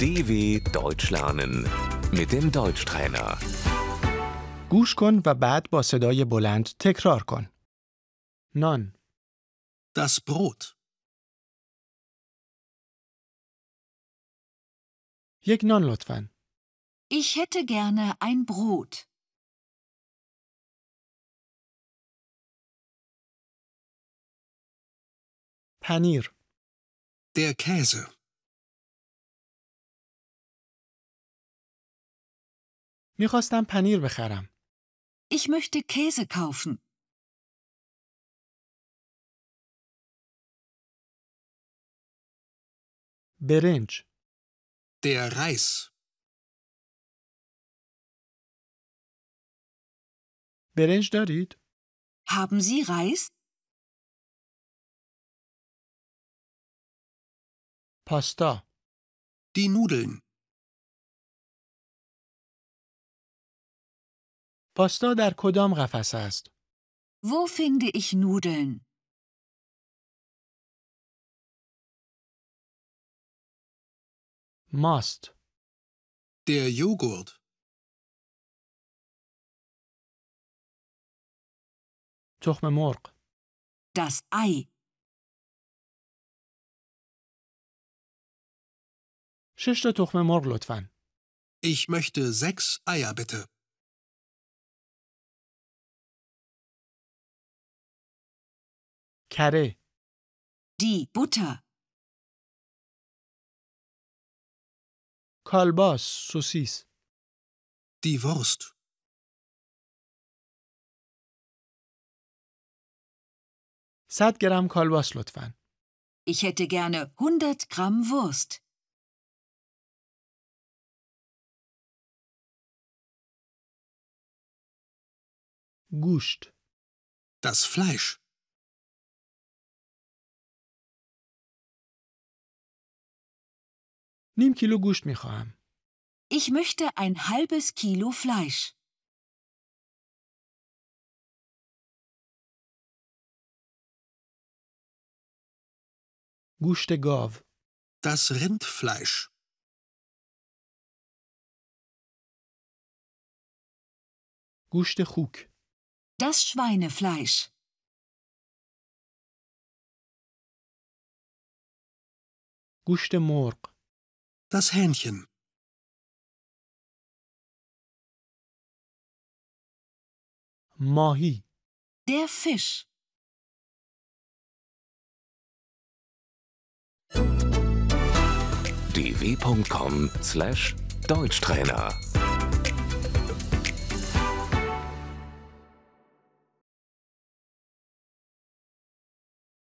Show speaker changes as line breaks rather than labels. DW Deutsch lernen mit dem Deutschtrainer.
گوش کن و بعد با صدای بلند تکرار کن. نان،
Das Brot.
یک نان لطفاً.
Ich hätte gerne ein Brot.
پنیر،
Der Käse.
میخواستم پنیر بخرم.
Ich möchte Käse kaufen.
برنج،
Der Reis.
برنج دارید؟
Haben Sie Reis?
پاستا،
Die Nudeln.
پاستا در کدام قفسه است؟
Wo finde ich Nudeln?
ماست،
Der Joghurt.
تخم مرغ،
Das Ei.
شش تا تخم مرغ لطفاً.
Ich möchte sechs Eier bitte.
کره،
Die Butter.
کالباس، سوسیس،
Die Wurst.
صد گرم کالباس لطفاً.
Ich hätte gerne 100 Gramm Wurst.
گوشت،
Das Fleisch.
نیم کیلو گوشت میخواهم.
Ich möchte ein halbes Kilo Fleisch.
گوشت گاو،
Das Rindfleisch.
گوشت خوک،
Das Schweinefleisch.
گوشت مرغ،
Das Hähnchen.
ماهی،
Der Fisch.
dw.com/deutschtrainer